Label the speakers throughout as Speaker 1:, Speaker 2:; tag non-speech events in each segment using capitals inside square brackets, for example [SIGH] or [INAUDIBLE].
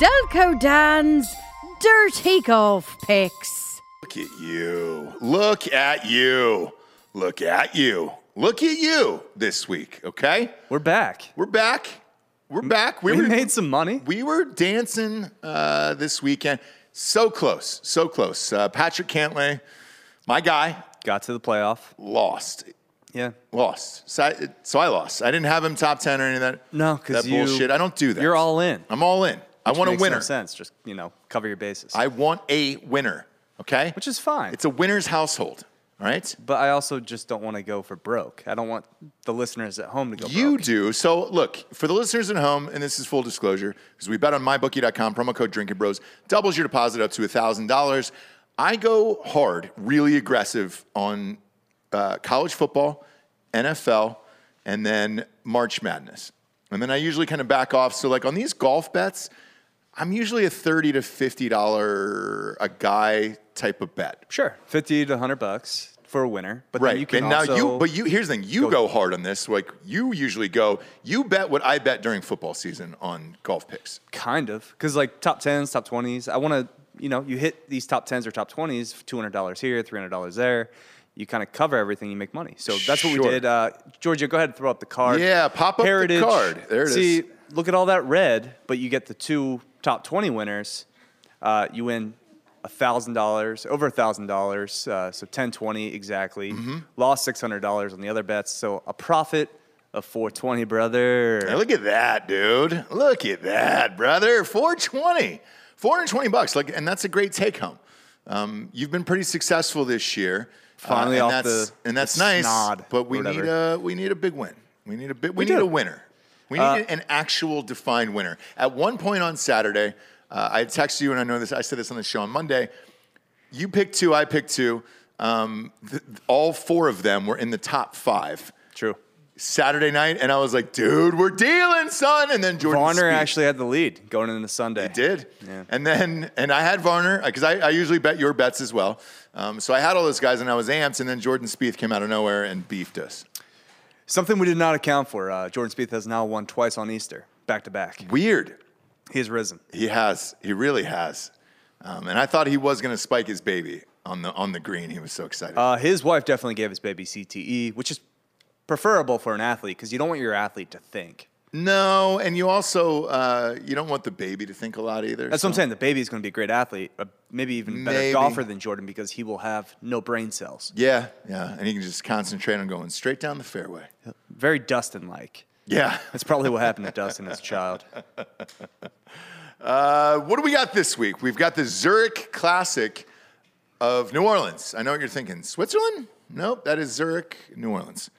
Speaker 1: Delco Dan's Dirty Golf Picks.
Speaker 2: Look at you. Look at you. Look at you. Look at you this week, okay?
Speaker 3: We're back.
Speaker 2: We're back. We're back.
Speaker 3: We, made some money.
Speaker 2: We were dancing uh, this weekend. So close. So close. Uh, Patrick Cantley, my guy,
Speaker 3: Got to the playoff.
Speaker 2: lost.
Speaker 3: Yeah.
Speaker 2: Lost. So I, so I lost. I didn't have him top 10 or any of that.
Speaker 3: No, 'cause
Speaker 2: that
Speaker 3: you-
Speaker 2: bullshit. I don't do that.
Speaker 3: You're all in.
Speaker 2: I'm all in. I want a
Speaker 3: Makes no
Speaker 2: winner.
Speaker 3: sense. Just you know, cover your bases.
Speaker 2: I want a winner, okay?
Speaker 3: which is fine.
Speaker 2: It's a winner's household, all right?
Speaker 3: but I also just don't want to go for broke. I don't want the listeners at home to go.
Speaker 2: You
Speaker 3: broke.
Speaker 2: do. So, look, for the listeners at home, and this is full disclosure, because we bet on mybookie.com, promo code Drinking Bros doubles your deposit up to $1,000. I go hard, really aggressive on uh, college football, NFL, and then March Madness. And then I usually kind of back off. So, like on these golf bets, I'm usually a thirty to fifty dollar a guy type of bet.
Speaker 3: sure fifty to hundred bucks for a winner. But
Speaker 2: Right.
Speaker 3: then you can
Speaker 2: and
Speaker 3: also
Speaker 2: now you but you here's the thing, you go, hard on this. Like you usually go, you bet what I bet during football season on golf picks.
Speaker 3: kind of because like top tens, top twenties. I want to you know you hit these top tens or top twenties, two hundred dollars here, three hundred dollars there. You kind of cover everything. You make money. So that's what
Speaker 2: Sure.
Speaker 3: we did. Uh, Georgia, go ahead and throw up the card.
Speaker 2: Yeah, pop up the
Speaker 3: Heritage.
Speaker 2: card. There it is.
Speaker 3: See, look at all that red, but you get the two top twenty winners. Uh, you win thousand dollars, over thousand dollars, uh, so ten twenty exactly.
Speaker 2: Mm-hmm.
Speaker 3: Lost six hundred dollars on the other bets, so a profit of four twenty, brother.
Speaker 2: Now, look at that, dude. Look at that, brother. 420. 420 bucks. Like and that's a great take home. Um, you've been pretty successful this year. Uh,
Speaker 3: Finally
Speaker 2: and
Speaker 3: off
Speaker 2: that's
Speaker 3: the-
Speaker 2: and that's
Speaker 3: the
Speaker 2: nice.
Speaker 3: snod
Speaker 2: but we
Speaker 3: or
Speaker 2: need
Speaker 3: whatever.
Speaker 2: a we need a big win. We need a big we,
Speaker 3: We
Speaker 2: need
Speaker 3: do. Uh,
Speaker 2: a winner. We need an actual defined winner. At one point on Saturday, uh, I texted you and I know this I said this on the show on Monday. You picked two, I picked two. Um, th- th- all four of them were in the top five.
Speaker 3: True.
Speaker 2: Saturday night, and I was like, dude, we're dealing, son. And then Jordan
Speaker 3: Varner
Speaker 2: Spieth
Speaker 3: actually had the lead going into Sunday.
Speaker 2: did.
Speaker 3: Yeah.
Speaker 2: And then, and I had Varner because I, I usually bet your bets as well. Um, so I had all those guys, and I was amped. And then Jordan Spieth came out of nowhere and beefed us.
Speaker 3: Something we did not account for. Uh, Jordan Spieth has now won twice on Easter, back to back.
Speaker 2: Weird.
Speaker 3: He has risen.
Speaker 2: He has. He really has. Um, and I thought he was going to spike his baby on the on the green. He was so excited.
Speaker 3: Uh, his wife definitely gave his baby CTE, which is preferable for an athlete because you don't want your athlete to think.
Speaker 2: no, and you also uh, you don't want the baby to think a lot either.
Speaker 3: That's what I'm saying. The baby is going to be a great athlete, uh, maybe even better
Speaker 2: Maybe.
Speaker 3: golfer than Jordan because he will have no brain cells.
Speaker 2: Yeah, yeah. And he can just concentrate on going straight down the fairway.
Speaker 3: Very Dustin like.
Speaker 2: Yeah.
Speaker 3: That's probably what happened to Dustin as a child.
Speaker 2: Uh, what do we got this week? We've got the Zurich Classic of New Orleans. I know what you're thinking. Switzerland? Nope, that is Zurich, New Orleans.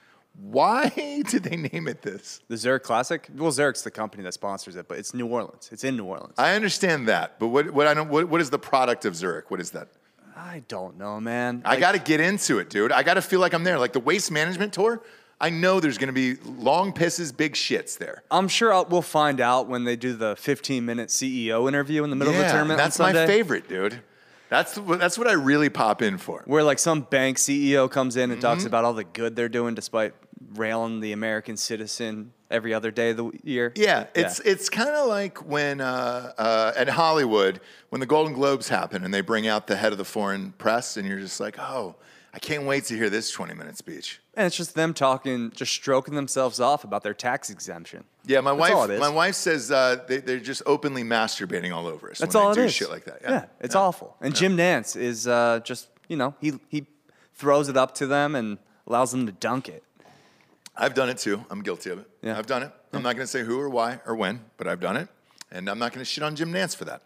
Speaker 2: Why [LAUGHS] did they name it this?
Speaker 3: The Zurich Classic? Well, Zurich's the company that sponsors it, but it's New Orleans. It's in New Orleans.
Speaker 2: I understand that, but what, what I don't what, what is the product of Zurich? What is that?
Speaker 3: I don't know, man.
Speaker 2: I got to get into it, dude. I got to feel like I'm there. Like the waste management tour, I know there's going to be long pisses, big shits there.
Speaker 3: I'm sure I'll, we'll find out when they do the 15 minute CEO interview in the middle of the tournament. on
Speaker 2: that's my
Speaker 3: Sunday,
Speaker 2: favorite, dude. That's what- that's what I really pop in for.
Speaker 3: Where like some bank CEO comes in and
Speaker 2: Mm-hmm.
Speaker 3: talks about all the good they're doing despite railing the American citizen every other day of the year.
Speaker 2: Yeah, it's it's kind of like when uh, uh, at Hollywood when the Golden Globes happen and they bring out the head of the foreign press, and you're just like, oh, I can't wait to hear this 20 minute speech.
Speaker 3: and it's just them talking, just stroking themselves off about their tax exemption.
Speaker 2: Yeah, my
Speaker 3: That's
Speaker 2: wife,
Speaker 3: all it is.
Speaker 2: my wife says uh, they, they're just openly masturbating all over us.
Speaker 3: That's
Speaker 2: when
Speaker 3: all it is.
Speaker 2: they do Shit like that. Yeah,
Speaker 3: it's awful. And Jim Nance is uh, just you know he he throws it up to them and allows them to dunk it.
Speaker 2: I've done it too. I'm guilty of it.
Speaker 3: Yeah.
Speaker 2: I've done it. I'm not going to say who or why or when, but I've done it. And I'm not going to shit on Jim Nance for that.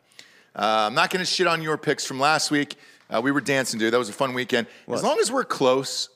Speaker 2: Uh, I'm not going to shit on your picks from last week. Uh, we were dancing, dude. That was a fun weekend. As
Speaker 3: Was.
Speaker 2: long as we're close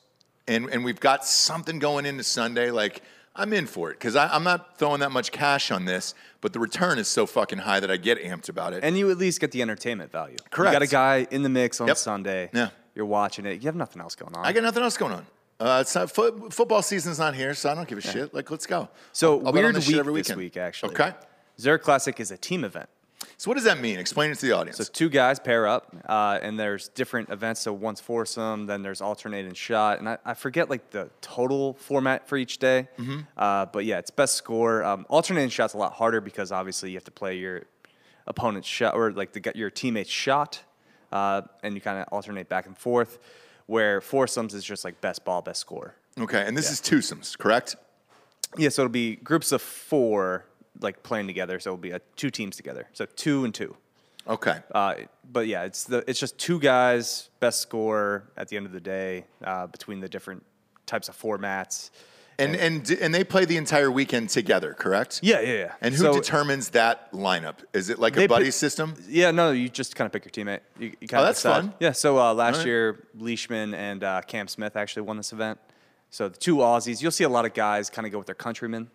Speaker 2: and, and we've got something going into Sunday, like, I'm in for it because I'm not throwing that much cash on this, but the return is so fucking high that I get amped about it.
Speaker 3: And you at least get the entertainment value.
Speaker 2: Correct.
Speaker 3: You got a guy in the mix on
Speaker 2: Yep.
Speaker 3: Sunday.
Speaker 2: Yeah.
Speaker 3: You're watching it. You have nothing else going on.
Speaker 2: I got nothing else going on. Uh, it's not, foot, football season's not here, so I don't give a shit. Like, let's go.
Speaker 3: so
Speaker 2: I'll- I'll bet on
Speaker 3: weird
Speaker 2: this
Speaker 3: week
Speaker 2: shit every
Speaker 3: this
Speaker 2: weekend.
Speaker 3: week actually.
Speaker 2: Okay.
Speaker 3: Zurich Classic is a team event.
Speaker 2: So what does that mean? Explain it to the audience.
Speaker 3: So two guys pair up, uh, and there's different events. So one's foursome, then there's alternating shot, and I, I forget like the total format for each day.
Speaker 2: Mm-hmm.
Speaker 3: Uh, but yeah, it's best score. Um, alternating shot's a lot harder because obviously you have to play your opponent's shot or like the, gu- your teammate's shot, uh, and you kind of alternate back and forth. Where foursomes is just like best ball, best score.
Speaker 2: Okay, and this is twosomes, correct?
Speaker 3: Yeah, so it'll be groups of four like playing together. So it'll be uh, two teams together. So two and two.
Speaker 2: Okay.
Speaker 3: Uh, but yeah, it's the it's just two guys best score at the end of the day uh, between the different types of formats.
Speaker 2: and and d- and they play the entire weekend together, correct?
Speaker 3: Yeah, yeah, yeah.
Speaker 2: And who
Speaker 3: So-
Speaker 2: determines that lineup? Is it like
Speaker 3: They
Speaker 2: a
Speaker 3: pi-
Speaker 2: buddy system?
Speaker 3: Yeah, no, you just kind of pick your teammate. You, you kind
Speaker 2: Oh,
Speaker 3: of
Speaker 2: that's
Speaker 3: decide.
Speaker 2: fun.
Speaker 3: Yeah, so uh, last
Speaker 2: right.
Speaker 3: year Leishman and uh, Cam Smith actually won this event. So the two Aussies, you'll see a lot of guys kind of go with their countrymen,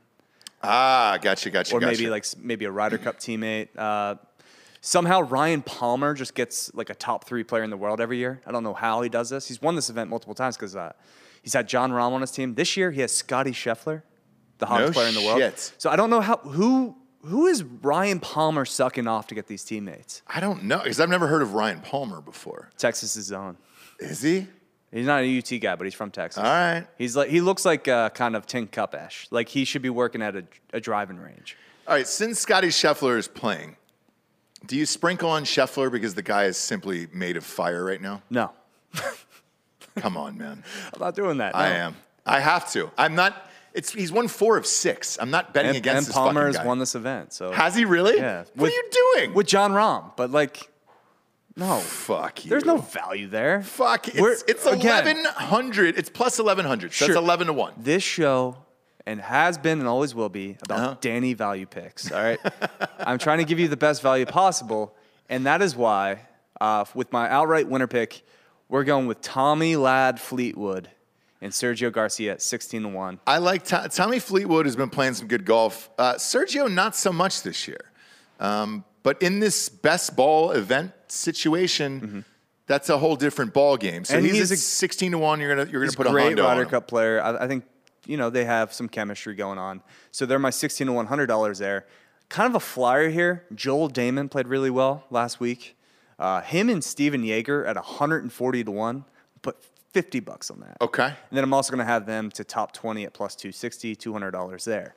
Speaker 2: Ah, gotcha, gotcha,
Speaker 3: or
Speaker 2: gotcha.
Speaker 3: maybe like s- maybe a Ryder Cup teammate. Uh, somehow Ryan Palmer just gets like a top three player in the world every year. I don't know how he does this. He's won this event multiple times because uh, he's had John Rahm on his team. This year he has Scotty Scheffler, the hottest player in the world.
Speaker 2: shit.
Speaker 3: So I don't know how who who is Ryan Palmer sucking off to get these teammates.
Speaker 2: I don't know because I've never heard of Ryan Palmer before.
Speaker 3: Texas is own.
Speaker 2: Is he?
Speaker 3: He's not a UT guy, but he's from Texas.
Speaker 2: All right.
Speaker 3: He's like he looks like uh, kind of Tin Cup Ash. Like he should be working at a, a driving range.
Speaker 2: All right. Since Scotty Scheffler is playing, do you sprinkle on Scheffler because the guy is simply made of fire right now?
Speaker 3: No,
Speaker 2: Come on,
Speaker 3: [LAUGHS]
Speaker 2: man.
Speaker 3: I'm not doing that.
Speaker 2: I
Speaker 3: no.
Speaker 2: am. I have to. I'm not. It's he's won four of six. I'm not betting
Speaker 3: And,
Speaker 2: against
Speaker 3: and
Speaker 2: this
Speaker 3: Palmer
Speaker 2: fucking
Speaker 3: has
Speaker 2: guy.
Speaker 3: won this event, so
Speaker 2: Has he really?
Speaker 3: Yeah.
Speaker 2: What
Speaker 3: With-
Speaker 2: are you doing?
Speaker 3: with John Rahm. But like, no,
Speaker 2: Fuck you.
Speaker 3: there's no value there.
Speaker 2: Fuck, it's,
Speaker 3: We're-
Speaker 2: it's
Speaker 3: again,
Speaker 2: 1100. It's plus 1100. So
Speaker 3: Sure.
Speaker 2: that's 11 to 1.
Speaker 3: This show. And has been and always will be about
Speaker 2: Uh-huh.
Speaker 3: Danny value picks. All right, [LAUGHS] I'm trying to give you the best value possible, and that is why, uh, with my outright winner pick, we're going with Tommy Ladd Fleetwood and Sergio Garcia at 16 to one.
Speaker 2: I like To- Tommy Fleetwood has been playing some good golf. Uh, Sergio, not so much this year. Um, but in this best ball event situation, that's a whole different ball game. So
Speaker 3: Mm-hmm. And
Speaker 2: he's,
Speaker 3: he's
Speaker 2: at
Speaker 3: a-
Speaker 2: 16 to 1. You're going to you're gonna
Speaker 3: He's
Speaker 2: put
Speaker 3: a
Speaker 2: a
Speaker 3: great
Speaker 2: Hondo on
Speaker 3: Ryder
Speaker 2: him.
Speaker 3: Cup player. I, I think you know they have some chemistry going on. So they're my sixteen to one hundred dollars there. Kind of a flyer here. Joel Damon played really well last week. Uh, him and Steven Yeager at hundred and forty to one. Put fifty bucks on that.
Speaker 2: Okay.
Speaker 3: And then I'm also going to have them to top twenty at plus 260, 200 dollars there.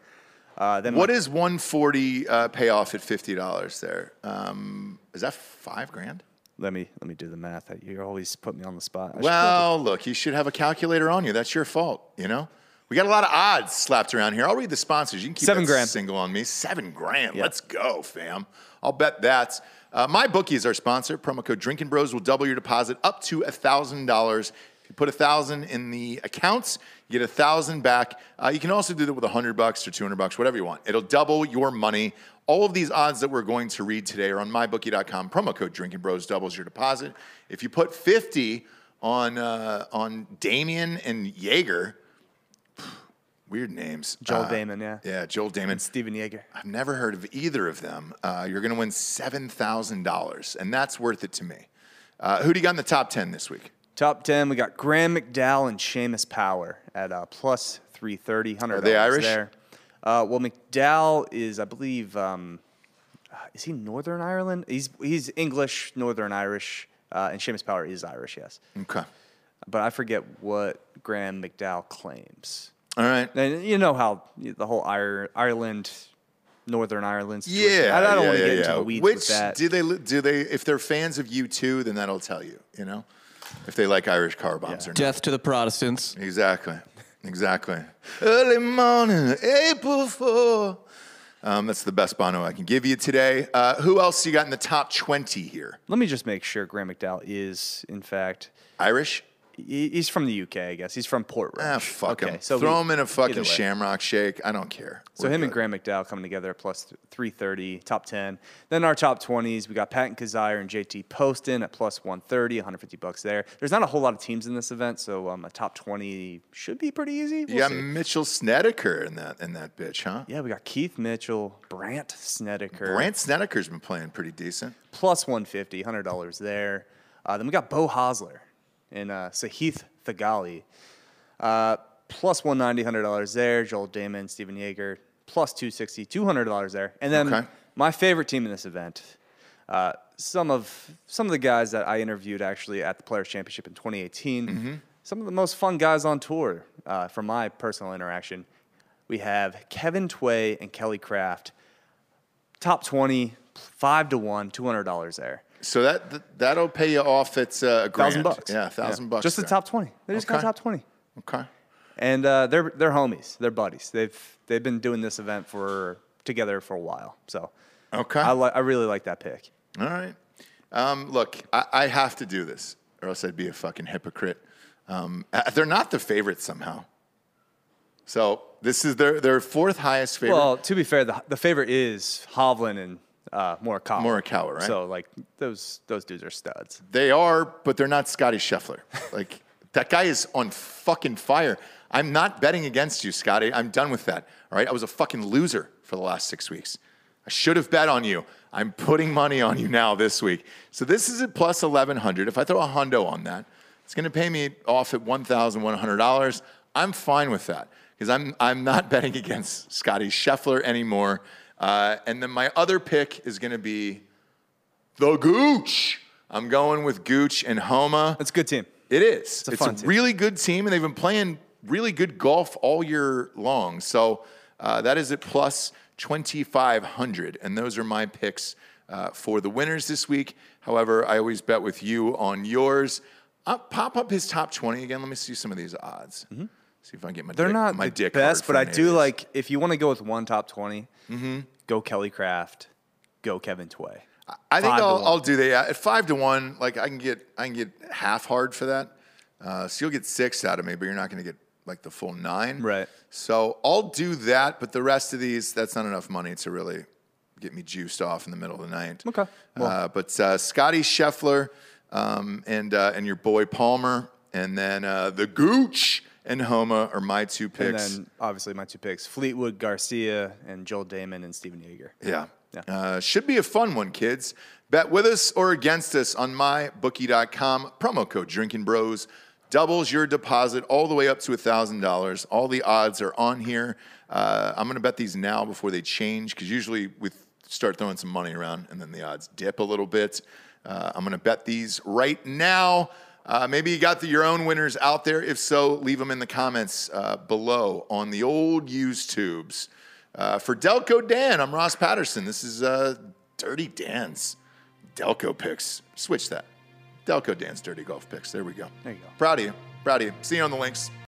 Speaker 3: Uh, then
Speaker 2: What
Speaker 3: my-
Speaker 2: is 140 uh, payoff at $50 there? Um, is that five grand?
Speaker 3: Let me let me do the math. You're always putting me on the spot. I should
Speaker 2: Well, look, you should have a calculator on you. That's your fault, you know? We got a lot of odds slapped around here. I'll read the sponsors. You can keep
Speaker 3: Seven
Speaker 2: that
Speaker 3: grand.
Speaker 2: single on me. Seven grand. Let's go, fam. I'll bet that. Uh, My bookie is our sponsor. Promo code Drinking Bros will double your deposit up to $1,000. If you put 1000 in the accounts, you get 1000 back. Uh, you can also do that with 100 bucks or 200 bucks, whatever you want. It'll double your money. All of these odds that we're going to read today are on mybookie.com. Promo code Drinking Bros doubles your deposit. If you put 50 on uh, on Damien and Jaeger, weird names.
Speaker 3: Joel
Speaker 2: Uh,
Speaker 3: Damon, yeah.
Speaker 2: Yeah, Joel Damon.
Speaker 3: Steven Yeager.
Speaker 2: I've never heard of either of them. Uh, you're going to win $7,000, and that's worth it to me. Uh, who do you got in the top 10 this week?
Speaker 3: Top 10, we got Graham McDowell and Seamus Power at uh, plus 330. $100
Speaker 2: Are they Irish?
Speaker 3: There. Uh, well, McDowell is, I believe, um, is he Northern Ireland? He's, he's English, Northern Irish, uh, and Seamus Power is Irish, yes.
Speaker 2: Okay.
Speaker 3: But I forget what Graham McDowell claims.
Speaker 2: All right.
Speaker 3: And you know how the whole Ir- Ireland, Northern Ireland situation.
Speaker 2: Yeah.
Speaker 3: I, I don't
Speaker 2: yeah,
Speaker 3: want to
Speaker 2: yeah,
Speaker 3: get into
Speaker 2: yeah.
Speaker 3: the weeds
Speaker 2: Which
Speaker 3: with that.
Speaker 2: do they li- do they if they're fans of U2, then that'll tell you, you know? If they like Irish car bombs or not.
Speaker 4: Death to the Protestants.
Speaker 2: Exactly. Exactly. Early morning, April 4. Um, that's the best Bono I can give you today. Uh, who else you got in the top 20 here?
Speaker 3: Let me just make sure Graham McDowell is, in fact,
Speaker 2: Irish?
Speaker 3: He- He's from the UK, I guess. He's from Portrush.
Speaker 2: Ah, fuck him.
Speaker 3: so
Speaker 2: Throw
Speaker 3: we-
Speaker 2: him in a
Speaker 3: either
Speaker 2: fucking
Speaker 3: way.
Speaker 2: shamrock shake. I don't care.
Speaker 3: So him and Graham McDowell coming together at plus th- 330, top 10. Then our top 20s, we got Patton Kazire and JT Poston at plus 130, 150 bucks there. There's not a whole lot of teams in this event, so um, a top 20 should be pretty easy. We'll
Speaker 2: You got
Speaker 3: see.
Speaker 2: Mitchell Snedeker in that in that bitch, huh?
Speaker 3: yeah, we got Keith Mitchell, Brant Snedeker,
Speaker 2: Brant Snedeker's been playing pretty decent.
Speaker 3: plus 150, $100 there. Uh, then we got Bo Hosler and uh, Sahith Thagali, uh, plus 190, $100 there. Joel Damon, Steven Yeager, plus 260, $200 there. And then
Speaker 2: Okay.
Speaker 3: my favorite team in this event, uh, some of some of the guys that I interviewed actually at the Players Championship in 2018, some of the most fun guys on tour uh, from my personal interaction. We have Kevin Tway and Kelly Kraft top 20, five to one, $200 there.
Speaker 2: So that th- that'll pay you off at uh, a grand.
Speaker 3: Thousand bucks.
Speaker 2: Yeah, thousand bucks.
Speaker 3: Just the
Speaker 2: there.
Speaker 3: top 20. They just got
Speaker 2: Okay.
Speaker 3: top 20.
Speaker 2: Okay.
Speaker 3: And uh, they're, they're homies, they're buddies. They've, they've been doing this event for together for a while. So
Speaker 2: Okay.
Speaker 3: I, li- I really like that pick.
Speaker 2: All right. Um, look, I, I have to do this, or else I'd be a fucking hypocrite. Um, uh, they're not the favorites somehow. So this is their their fourth highest favorite.
Speaker 3: Well, to be fair, the, the favorite is Hovland and uh, Morikawa.
Speaker 2: Morikawa, right?
Speaker 3: So like those those dudes are studs.
Speaker 2: they are, but they're not Scotty Scheffler. [LAUGHS] Like that guy is on fucking fire. I'm not betting against you, Scotty. I'm done with that. All right. I was a fucking loser for the last six weeks. I should have bet on you. I'm putting money on you now this week. So this is at plus 1100. If I throw a hundo on that, it's going to pay me off at $1,100. I'm fine with that because I'm, I'm not [LAUGHS] betting against Scotty Scheffler anymore. Uh, and then my other pick is going to be the Gooch. I'm going with Gooch and Homa.
Speaker 3: That's a good team.
Speaker 2: It is. It's a,
Speaker 3: fun team.
Speaker 2: really good team, and they've been playing really good golf all year long. So uh, that is at plus 2,500. And those are my picks uh, for the winners this week. However, I always bet with you on yours. Uh, pop up his top 20 again. Let me see some of these odds. See if I can get my
Speaker 3: Mm-hmm. They're
Speaker 2: dick,
Speaker 3: not
Speaker 2: my
Speaker 3: my the
Speaker 2: dick
Speaker 3: best,
Speaker 2: hard
Speaker 3: but I
Speaker 2: from Mm-hmm.
Speaker 3: do
Speaker 2: Nate.
Speaker 3: like if you want to go with one top 20 go Kelly Craft, go Kevin Tway.
Speaker 2: I think
Speaker 3: Five to
Speaker 2: I'll,
Speaker 3: one.
Speaker 2: I'll do that. Yeah, at five to one, like I can get I can get half hard for that. Uh, so you'll get six out of me, but you're not going to get like the full nine,
Speaker 3: Right.
Speaker 2: So I'll do that, but the rest of these, that's not enough money to really get me juiced off in the middle of the night.
Speaker 3: Okay. Well-
Speaker 2: uh, but uh, Scotty Scheffler um, and uh, and your boy Palmer, and then uh, the Gooch and Homa are my two
Speaker 3: And
Speaker 2: picks.
Speaker 3: then obviously my two picks, Fleetwood Garcia and Joel Damon and Steven Yeager.
Speaker 2: Yeah.
Speaker 3: Yeah.
Speaker 2: Uh, should be a fun one, kids. Bet with us or against us on mybookie.com. Promo code Drinking Bros doubles your deposit all the way up to $1,000. All the odds are on here. Uh, I'm going to bet these now before they change because usually we start throwing some money around and then the odds dip a little bit. Uh, I'm going to bet these right now. Uh, maybe you got the, your own winners out there. If so, leave them in the comments uh, below on the old used tubes. Uh, for Delco Dan, I'm Ross Patterson. This is uh, Dirty Dan's Delco picks. Switch that. Delco Dan's Dirty Golf picks. There we go.
Speaker 3: There you go.
Speaker 2: Proud of you. Proud of you. See you on the links.